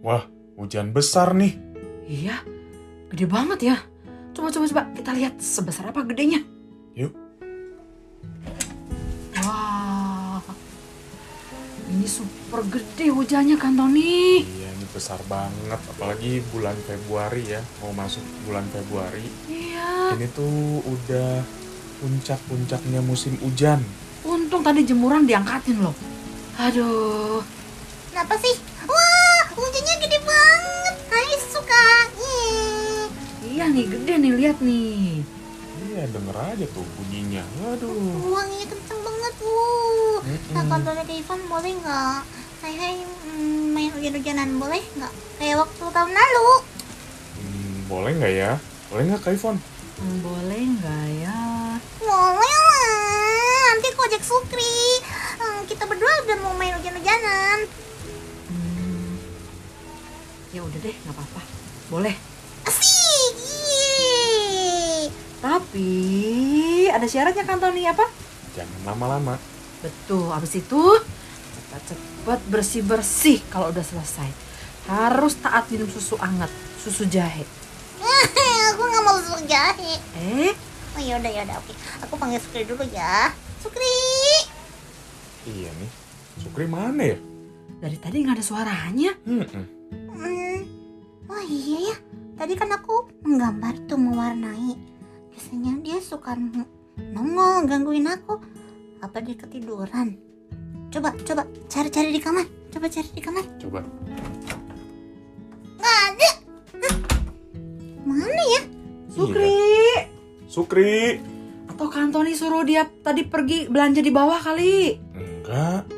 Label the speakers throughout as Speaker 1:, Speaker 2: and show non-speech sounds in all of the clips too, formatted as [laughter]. Speaker 1: Wah, hujan besar nih.
Speaker 2: Iya, gede banget ya. Coba coba coba kita lihat sebesar apa gedenya.
Speaker 1: Yuk.
Speaker 2: Wah, ini super gede hujannya kan Tony.
Speaker 1: Iya, ini besar banget. Apalagi bulan Februari ya. Mau masuk bulan Februari.
Speaker 2: Iya,
Speaker 1: Ini tuh udah puncak-puncaknya musim hujan.
Speaker 2: untung tadi jemuran diangkatin loh. Aduh,
Speaker 3: Kenapa sih? Wah, hujannya gede banget. Hai suka. Hmm, Yeay.
Speaker 2: iya nih gede nih lihat nih.
Speaker 1: Iya, denger aja tuh bunyinya. Waduh.
Speaker 3: Wanginya kenceng banget, wuh.
Speaker 1: Mm-mm.
Speaker 3: Nah, kalau ada Ivan boleh nggak? Hai hai, mm, main hujan-hujanan boleh nggak? Kayak waktu tahun lalu.
Speaker 1: Hmm, boleh nggak ya? Boleh nggak, Kak Ivon?
Speaker 2: Hmm, boleh nggak ya?
Speaker 3: Boleh lah. Nanti kojek Sukri. Hmm, kita berdua udah mau main hujan-hujanan.
Speaker 2: Hmm, ya udah deh, nggak apa-apa. Boleh.
Speaker 3: Asik. Yeay. [laughs]
Speaker 2: Tapi ada syaratnya kan Tony apa?
Speaker 1: Jangan lama-lama.
Speaker 2: Betul, habis itu cepat-cepat bersih-bersih kalau udah selesai. Harus taat minum susu anget, susu jahe.
Speaker 3: Aku nggak mau susu jahe.
Speaker 2: Eh,
Speaker 3: Oh yaudah yaudah oke. Aku panggil Sukri dulu ya. Sukri.
Speaker 1: Iya nih. Sukri mana ya?
Speaker 2: dari tadi nggak ada suaranya.
Speaker 1: Hmm,
Speaker 3: Hmm. Oh iya ya. Tadi kan aku menggambar tuh mewarnai. Biasanya dia suka n- nongol gangguin aku. Apa dia ketiduran? Coba coba cari-cari di kamar. Coba cari di kamar.
Speaker 1: Coba.
Speaker 3: Nggak ada. Hah? Mana ya?
Speaker 2: Sukri,
Speaker 1: Iya. Sukri.
Speaker 2: atau kan Tony suruh dia tadi pergi belanja di bawah kali.
Speaker 1: Enggak.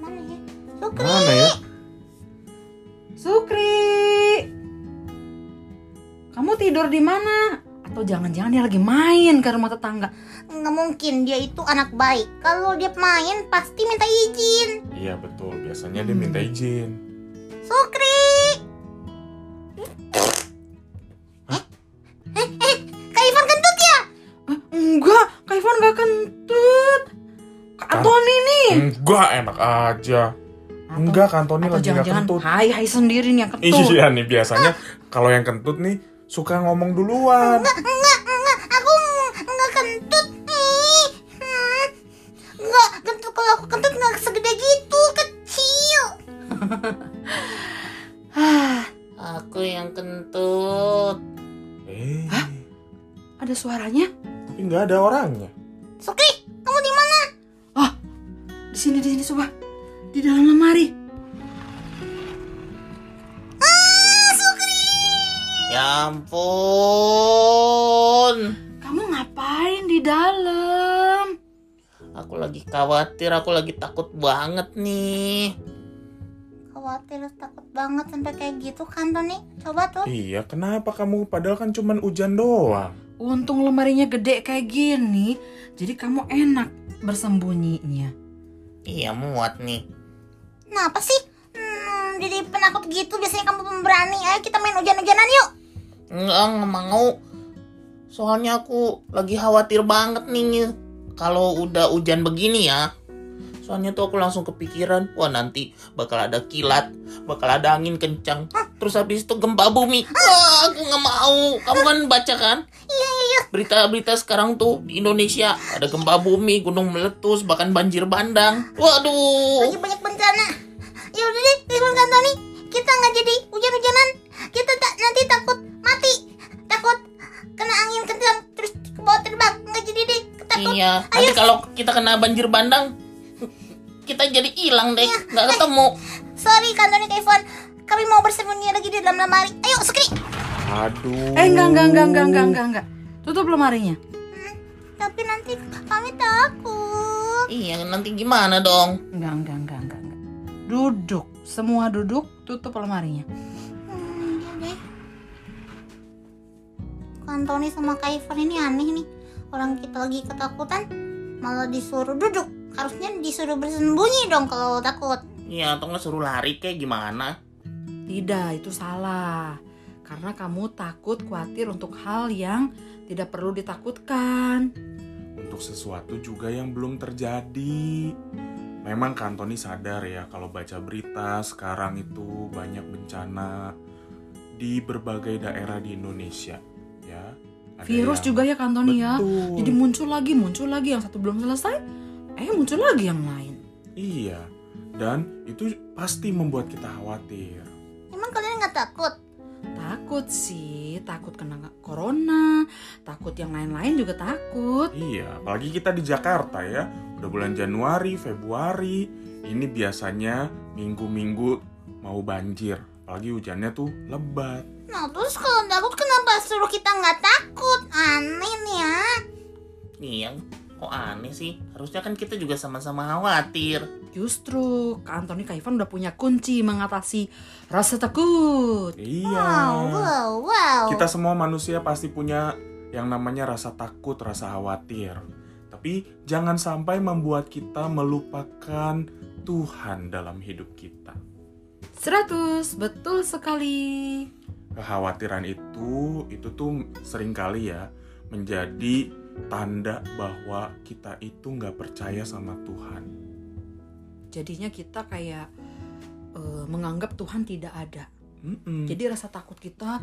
Speaker 3: Mana ya? Sukri.
Speaker 1: Mana ya?
Speaker 2: Sukri, kamu tidur di mana? Atau jangan-jangan dia lagi main ke rumah tetangga?
Speaker 3: Nggak mungkin dia itu anak baik. Kalau dia main pasti minta izin.
Speaker 1: Iya betul. Biasanya dia minta izin.
Speaker 3: Sukri. Eh? Eh, eh, Kak Ivan kentut ya?
Speaker 2: Eh, enggak, Kak Ivan nggak kentut. Kak Tony nih.
Speaker 1: Enggak, enak aja.
Speaker 2: Atau-
Speaker 1: Enggak, kantornya
Speaker 2: Atau
Speaker 1: lagi nggak
Speaker 2: jangan-jangan Ah,
Speaker 1: kentut.
Speaker 2: hai hai sendiri nih yang kentut.
Speaker 1: Iya nih biasanya kalau yang kentut nih suka ngomong duluan.
Speaker 3: Enggak, enggak, enggak. Aku ng- enggak kentut. Ih. Hmm. Enggak, kentut kalau aku kentut enggak segede gitu, kecil.
Speaker 2: Hah,
Speaker 4: Aku yang kentut.
Speaker 1: Eh,
Speaker 2: ada suaranya?
Speaker 1: tapi nggak ada orangnya.
Speaker 3: Sukri, kamu di mana?
Speaker 2: Di sini di sini coba. Di dalam lemari.
Speaker 4: Ya ampun.
Speaker 2: Kamu ngapain di dalam?
Speaker 4: Aku lagi khawatir, aku lagi takut banget nih.
Speaker 3: Khawatir takut banget sampai kayak gitu kan, Tony? Coba tuh.
Speaker 1: Iya, kenapa kamu padahal kan cuman hujan doang.
Speaker 2: Untung lemarinya gede kayak gini, jadi kamu enak bersembunyinya.
Speaker 4: Iya muat nih.
Speaker 3: Kenapa sih? Hmm, jadi penakut gitu biasanya kamu pemberani. Ayo kita main hujan-hujanan yuk.
Speaker 4: Enggak nggak mau. Soalnya aku lagi khawatir banget nih kalau udah hujan begini ya. Soalnya tuh aku langsung kepikiran, wah nanti bakal ada kilat, bakal ada angin kencang, terus habis itu gempa bumi. Wah, aku nggak mau. Kamu kan baca kan?
Speaker 3: Iya, iya, iya.
Speaker 4: Berita-berita sekarang tuh di Indonesia ada gempa bumi, gunung meletus, bahkan banjir bandang. Waduh.
Speaker 3: lagi banyak bencana. Ya udah deh, Ridwan kan Tony, kita nggak jadi hujan-hujanan. Kita tak nanti takut mati, takut kena angin kencang terus ke bawah terbang. Nggak jadi deh, takut.
Speaker 4: Iya. Nanti kalau kita kena banjir bandang, kita jadi hilang deh, nggak ketemu.
Speaker 3: Sorry kan Tony Kevin, kami mau bersembunyi lagi di dalam lemari. Ayo, Sukri.
Speaker 1: Aduh.
Speaker 2: Eh enggak enggak enggak enggak enggak enggak enggak. Tutup lemarinya.
Speaker 3: Hmm, tapi nanti kami takut.
Speaker 4: Iya, nanti gimana dong?
Speaker 2: Enggak enggak enggak enggak enggak. Duduk, semua duduk, tutup lemarinya.
Speaker 3: Hmm, iya deh. Kan Tony sama Kak Ivan ini aneh nih. Orang kita lagi ketakutan malah disuruh duduk. Harusnya disuruh bersembunyi dong kalau takut.
Speaker 4: Iya, atau nggak suruh lari kayak gimana?
Speaker 2: Tidak, itu salah. Karena kamu takut khawatir untuk hal yang tidak perlu ditakutkan.
Speaker 1: Untuk sesuatu juga yang belum terjadi. Memang Kak Antoni sadar ya kalau baca berita sekarang itu banyak bencana di berbagai daerah di Indonesia ya. Ada
Speaker 2: Virus
Speaker 1: yang-
Speaker 2: juga ya Kantoni ya.
Speaker 1: Betul.
Speaker 2: Jadi muncul lagi, muncul lagi yang satu belum selesai, eh muncul lagi yang lain.
Speaker 1: Iya. Dan itu pasti membuat kita khawatir.
Speaker 3: Emang kalian nggak takut?
Speaker 2: Takut sih, takut kena corona, takut yang lain-lain juga takut.
Speaker 1: Iya, apalagi kita di Jakarta ya. Udah bulan Januari, Februari, ini biasanya minggu-minggu mau banjir. Apalagi hujannya tuh lebat.
Speaker 3: Nah terus kalau takut kenapa suruh kita nggak takut? Aneh nih ya.
Speaker 4: Nih yang Iya. kok aneh sih? Harusnya kan kita juga sama-sama khawatir.
Speaker 2: Justru Kak Antoni Kak Ivan udah punya kunci mengatasi rasa takut.
Speaker 3: Wow,
Speaker 1: Iya.
Speaker 3: wow, wow.
Speaker 1: Kita semua manusia pasti punya yang namanya rasa takut, rasa khawatir. Tapi jangan sampai membuat kita melupakan Tuhan dalam hidup kita.
Speaker 2: 100, betul sekali.
Speaker 1: kekhawatiran itu itu tuh seringkali ya menjadi tanda bahwa kita itu nggak percaya sama Tuhan.
Speaker 2: Jadinya kita kayak eh, menganggap Tuhan tidak ada.
Speaker 1: Mm-mm.
Speaker 2: Jadi rasa takut kita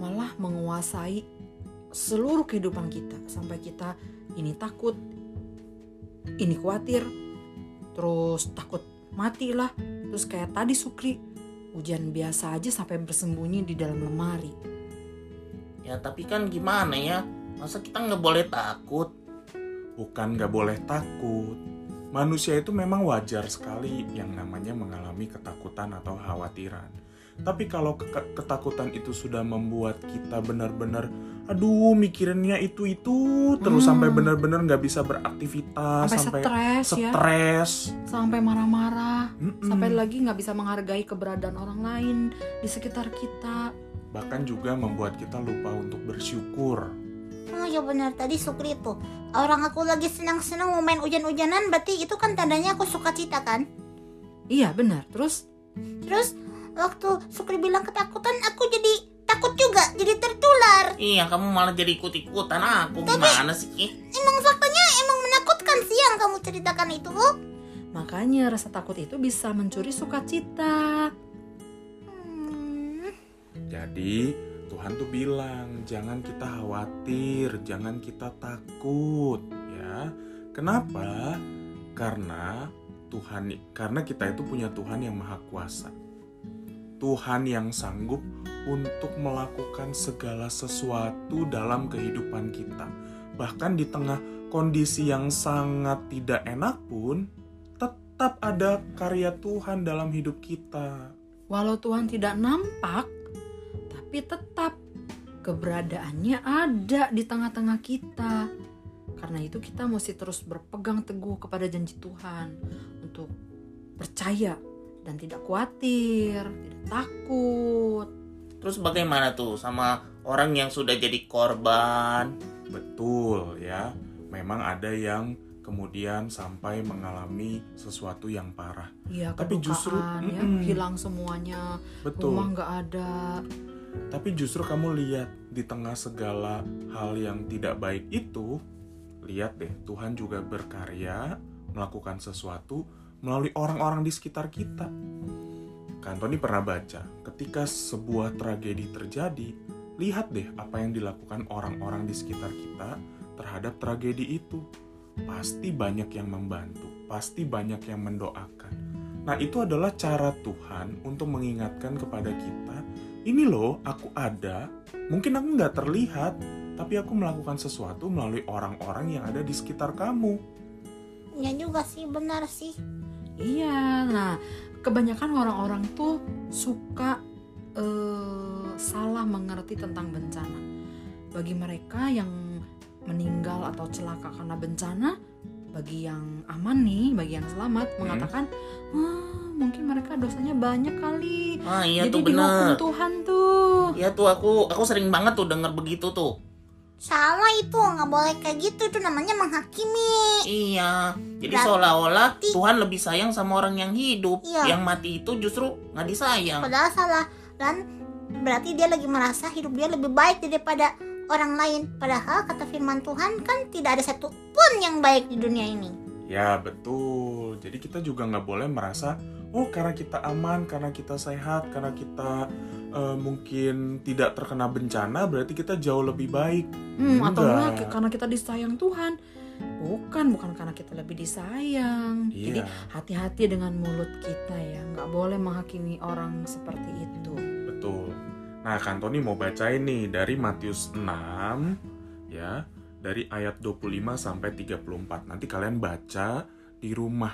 Speaker 2: malah menguasai seluruh kehidupan kita sampai kita ini takut, ini khawatir, terus takut mati lah, terus kayak tadi Sukri hujan biasa aja sampai bersembunyi di dalam lemari.
Speaker 4: Ya tapi kan gimana ya? Masa kita nggak boleh takut?
Speaker 1: bukan nggak boleh takut. Manusia itu memang wajar sekali yang namanya mengalami ketakutan atau khawatiran. Tapi kalau ke- ketakutan itu sudah membuat kita benar-benar aduh mikirinnya itu itu terus
Speaker 2: Hmm.
Speaker 1: sampai benar-benar nggak bisa beraktivitas
Speaker 2: Sampai,
Speaker 1: Ah, sampai,
Speaker 2: stres ya,
Speaker 1: stres. Hmm.
Speaker 2: sampai marah-marah.
Speaker 1: Mm-mm.
Speaker 2: sampai lagi nggak bisa menghargai keberadaan orang lain di sekitar kita.
Speaker 1: bahkan juga membuat kita lupa untuk bersyukur.
Speaker 3: Oh ya benar tadi Sukri tuh orang aku lagi senang-senang mau main hujan-hujanan berarti itu kan tandanya aku suka cita kan.
Speaker 2: Iya benar. Terus
Speaker 3: Terus waktu Sukri bilang ketakutan aku jadi takut juga jadi tertular.
Speaker 4: Iya kamu malah jadi ikut-ikutan aku gimana sih? Ki?
Speaker 3: Emang faktanya emang menakutkan sih yang kamu ceritakan itu. Oh.
Speaker 2: makanya rasa takut itu bisa mencuri sukacita.
Speaker 3: Hmm.
Speaker 1: Jadi, Tuhan tuh bilang, jangan kita khawatir, jangan kita takut, ya. Kenapa? Karena Tuhan karena kita itu punya Tuhan yang Maha Kuasa. Tuhan yang sanggup untuk melakukan segala sesuatu dalam kehidupan kita. Bahkan di tengah kondisi yang sangat tidak enak pun, tetap ada karya Tuhan dalam hidup kita.
Speaker 2: Walau Tuhan tidak nampak, tapi tetap keberadaannya ada di tengah-tengah kita. Karena itu kita mesti terus berpegang teguh kepada janji Tuhan untuk percaya dan tidak khawatir, tidak takut.
Speaker 4: Terus bagaimana tuh sama orang yang sudah jadi korban?
Speaker 1: Betul ya, memang ada yang kemudian sampai mengalami sesuatu yang parah.
Speaker 2: Ya,
Speaker 1: Tapi
Speaker 2: kedukaan,
Speaker 1: justru-
Speaker 2: ya,
Speaker 1: Mm-mm.
Speaker 2: hilang semuanya, rumah
Speaker 1: Betul.
Speaker 2: nggak ada.
Speaker 1: Tapi justru kamu lihat di tengah segala hal yang tidak baik itu, lihat deh Tuhan juga berkarya melakukan sesuatu melalui orang-orang di sekitar kita. Kantoni pernah baca, ketika sebuah tragedi terjadi, lihat deh apa yang dilakukan orang-orang di sekitar kita terhadap tragedi itu. Pasti banyak yang membantu, pasti banyak yang mendoakan. Nah, itu adalah cara Tuhan untuk mengingatkan kepada kita, ini loh, aku ada. Mungkin aku nggak terlihat, tapi aku melakukan sesuatu melalui orang-orang yang ada di sekitar kamu.
Speaker 3: Ya juga sih benar sih.
Speaker 2: Iya, nah kebanyakan orang-orang tuh suka eh, salah mengerti tentang bencana. Bagi mereka yang meninggal atau celaka karena bencana, bagi yang aman nih, bagi yang selamat
Speaker 4: Hmm.
Speaker 2: mengatakan, "Ah, mungkin mereka dosanya banyak kali.
Speaker 4: Ah iya
Speaker 2: Jadi
Speaker 4: tuh
Speaker 2: dihukum
Speaker 4: bener.
Speaker 2: Tuhan tuh.
Speaker 4: Iya tuh aku aku sering banget tuh denger begitu tuh.
Speaker 3: Salah itu nggak boleh kayak gitu itu namanya menghakimi.
Speaker 4: Iya, jadi
Speaker 3: Berarti-
Speaker 4: seolah-olah Tuhan lebih sayang sama orang yang hidup,
Speaker 3: Iya.
Speaker 4: yang mati itu justru nggak disayang.
Speaker 3: Padahal salah kan berarti dia lagi merasa hidup dia lebih baik daripada orang lain. Padahal kata firman Tuhan kan tidak ada satu pun yang baik di dunia ini.
Speaker 1: Ya betul. Jadi kita juga nggak boleh merasa, oh karena kita aman, karena kita sehat, karena kita eh, mungkin tidak terkena bencana, berarti kita jauh lebih baik.
Speaker 2: Hmm, atau
Speaker 1: Enggak.
Speaker 2: enggak karena kita disayang Tuhan. Bukan, bukan karena kita lebih disayang. Jadi
Speaker 1: Iya,
Speaker 2: hati-hati dengan mulut kita ya. Nggak boleh menghakimi orang seperti itu.
Speaker 1: betul. Nah, Kantoni mau bacain nih dari Matius 6 ya, dari ayat 25 sampai 34. Nanti kalian baca di rumah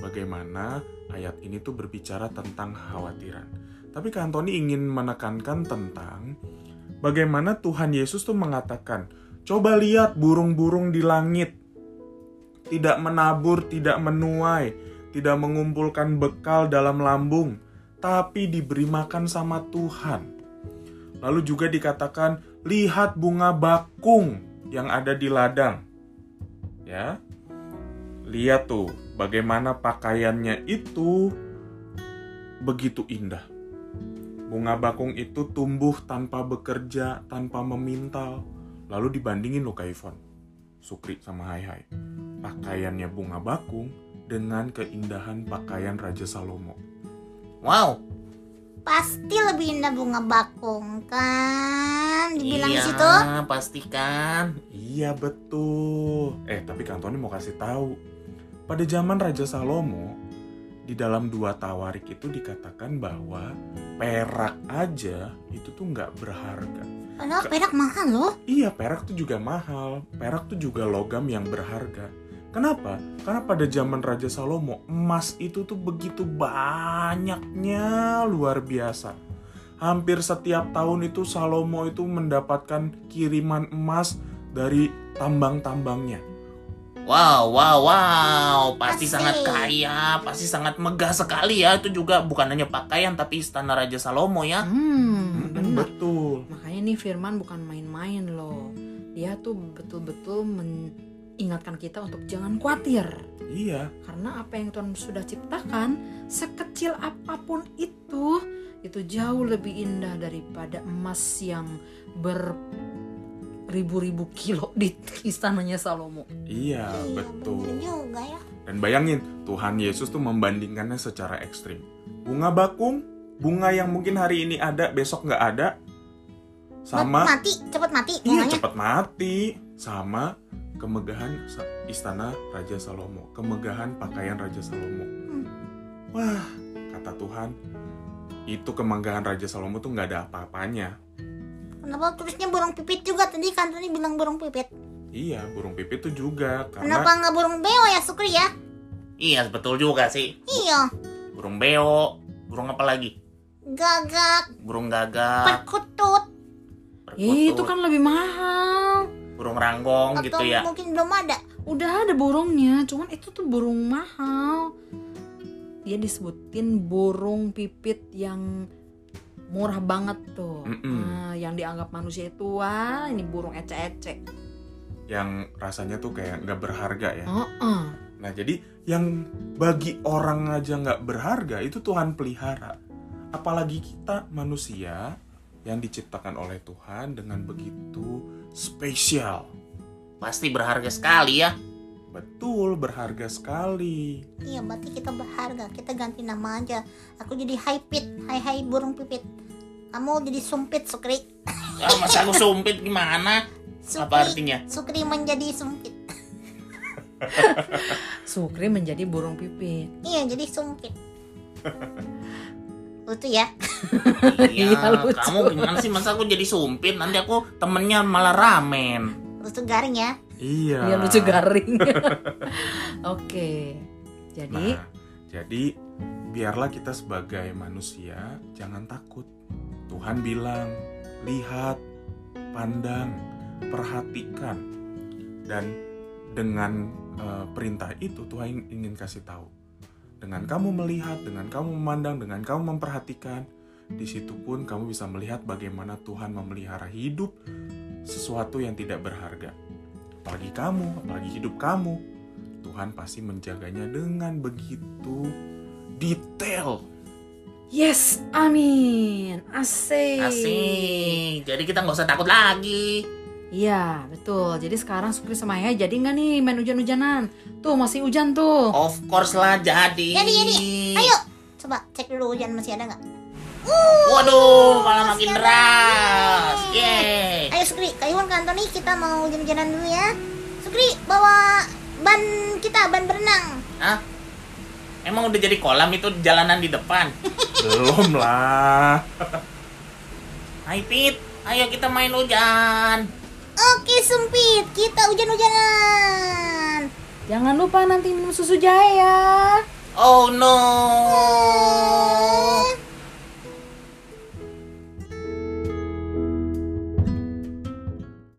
Speaker 1: bagaimana ayat ini tuh berbicara tentang khawatiran. Tapi Kak Antoni ingin menekankan tentang bagaimana Tuhan Yesus tuh mengatakan, "Coba lihat burung-burung di langit. Tidak menabur, tidak menuai, tidak mengumpulkan bekal dalam lambung, tapi diberi makan sama Tuhan." Lalu juga dikatakan, "Lihat bunga bakung yang ada di ladang." Ya lihat tuh bagaimana pakaiannya itu begitu indah. Bunga bakung itu tumbuh tanpa bekerja, tanpa memintal. Lalu dibandingin lo ke Ivon, Sukri sama Hai Hai. Pakaiannya bunga bakung dengan keindahan pakaian Raja Salomo.
Speaker 4: Wow,
Speaker 3: Pasti lebih indah bunga bakung kan? Dibilang
Speaker 4: iya,
Speaker 3: situ.
Speaker 4: pastikan.
Speaker 1: Iya betul. Eh tapi Kak Antoni mau kasih tahu. Pada zaman Raja Salomo, di dalam dua tawarik itu dikatakan bahwa perak aja itu tuh nggak berharga.
Speaker 3: Padahal perak mahal loh.
Speaker 1: Iya perak tuh juga mahal. Perak tuh juga logam yang berharga. Kenapa? Karena pada zaman Raja Salomo emas itu tuh begitu banyaknya luar biasa. Hampir setiap tahun itu Salomo itu mendapatkan kiriman emas dari tambang-tambangnya.
Speaker 4: Wow, wow, wow. Pasti
Speaker 3: Asik.
Speaker 4: sangat kaya, pasti sangat megah sekali ya. Itu juga bukan hanya pakaian tapi istana Raja Salomo ya.
Speaker 2: Hmm,
Speaker 1: Mm-mm,
Speaker 2: benar.
Speaker 1: betul.
Speaker 2: Makanya nih Firman bukan main-main loh. Dia tuh betul-betul mengingatkan kita untuk jangan khawatir.
Speaker 1: Iya,
Speaker 2: Karena apa yang Tuhan sudah ciptakan, sekecil apapun itu, itu jauh lebih indah daripada emas yang ber ribu-ribu kilo di [laughs] istananya Salomo.
Speaker 1: iya
Speaker 3: Iya,
Speaker 1: betul.
Speaker 3: bener juga ya.
Speaker 1: Dan bayangin, Tuhan Yesus tuh membandingkannya secara ekstrim. Bunga bakung, bunga yang mungkin hari ini ada, besok nggak ada, sama
Speaker 3: Mati, cepet mati
Speaker 1: iya
Speaker 3: bunganya.
Speaker 1: cepat mati, sama kemegahan sa- istana Raja Salomo, kemegahan pakaian Raja Salomo.
Speaker 3: Hmm.
Speaker 1: Wah, kata Tuhan, itu kemegahan Raja Salomo tuh nggak ada apa-apanya.
Speaker 3: Kenapa tulisnya burung pipit juga tadi kan Tony bilang burung pipit.
Speaker 1: Iya, burung pipit tuh juga karena
Speaker 3: Kenapa nggak burung beo ya Sukri ya?
Speaker 4: Iya, betul juga sih.
Speaker 3: Iya,
Speaker 4: Burung beo, burung apa lagi?
Speaker 3: gagak,
Speaker 4: Burung
Speaker 1: Ah,
Speaker 4: gagak,
Speaker 3: perkutut Ya,
Speaker 2: Eh, itu
Speaker 4: perkutut,
Speaker 2: kan lebih mahal.
Speaker 4: burung ranggong
Speaker 3: atau
Speaker 4: gitu ya.
Speaker 3: mungkin belum ada.
Speaker 2: Udah ada burungnya, cuman itu tuh burung mahal. Dia disebutin burung pipit yang murah banget tuh.
Speaker 1: Mm-mm.
Speaker 2: Nah, yang dianggap manusia itu wah ini burung ece-ece.
Speaker 1: yang rasanya tuh kayak nggak berharga
Speaker 2: Oh,
Speaker 1: ya.
Speaker 2: Heeh.
Speaker 1: Nah, jadi yang bagi orang aja nggak berharga itu Tuhan pelihara. Apalagi kita manusia yang diciptakan oleh Tuhan dengan begitu spesial.
Speaker 4: Pasti berharga sekali ya.
Speaker 1: Betul, berharga sekali.
Speaker 3: Iya, berarti kita berharga. Kita ganti nama aja. Aku jadi high pit, hai hai burung pipit. Kamu jadi sumpit Sukri.
Speaker 4: Ah, masa aku sumpit gimana? Apa
Speaker 3: Sukri,
Speaker 4: artinya?
Speaker 3: Sukri menjadi sumpit.
Speaker 2: Sukri menjadi burung pipit.
Speaker 3: Iya, jadi
Speaker 1: [laughs]
Speaker 3: sumpit. Lucu ya.
Speaker 4: Iya,
Speaker 2: Iya, lucu.
Speaker 4: kamu gimana sih masa aku jadi sumpit? Nanti aku temennya malah ramen.
Speaker 3: Lucu garing ya.
Speaker 1: Iya.
Speaker 2: Dia lucu garing. [laughs] Oke. Jadi
Speaker 1: Nah, jadi biarlah kita sebagai manusia jangan takut. Tuhan bilang, lihat, pandang, perhatikan. Dan dengan eh, perintah itu Tuhan ingin kasih tahu. Dengan kamu melihat, dengan kamu memandang, dengan kamu memperhatikan, di situ pun kamu bisa melihat bagaimana Tuhan memelihara hidup sesuatu yang tidak berharga. Apalagi kamu, apalagi hidup kamu, Tuhan pasti menjaganya dengan begitu detail.
Speaker 2: yes, amin. Asik.
Speaker 3: Iya.
Speaker 4: Asik. Jadi kita nggak usah takut lagi.
Speaker 2: Iya, betul. Jadi sekarang Sukri sama Yaya jadi nggak nih main hujan-hujanan? Tuh, masih hujan tuh.
Speaker 4: Of course lah jadi.
Speaker 3: Jadi, jadi. Ayo, coba cek dulu hujan masih ada nggak?
Speaker 4: Waduh, malah makin
Speaker 3: Siapa?
Speaker 4: deras. Yeay.
Speaker 3: Ayo Sukri, Kak Iwan, Kak Antoni, kita mau hujan-hujanan dulu ya. Sukri, bawa ban kita, ban berenang.
Speaker 4: Hah? Emang udah jadi kolam itu di jalanan di
Speaker 3: [laughs]
Speaker 4: depan.
Speaker 1: Belum lah.
Speaker 4: Hai Pit, ayo kita main hujan.
Speaker 3: Oke, sempit, kita hujan-hujanan.
Speaker 2: Jangan lupa nanti minum susu jahe ya.
Speaker 4: Oh no.
Speaker 3: Oh,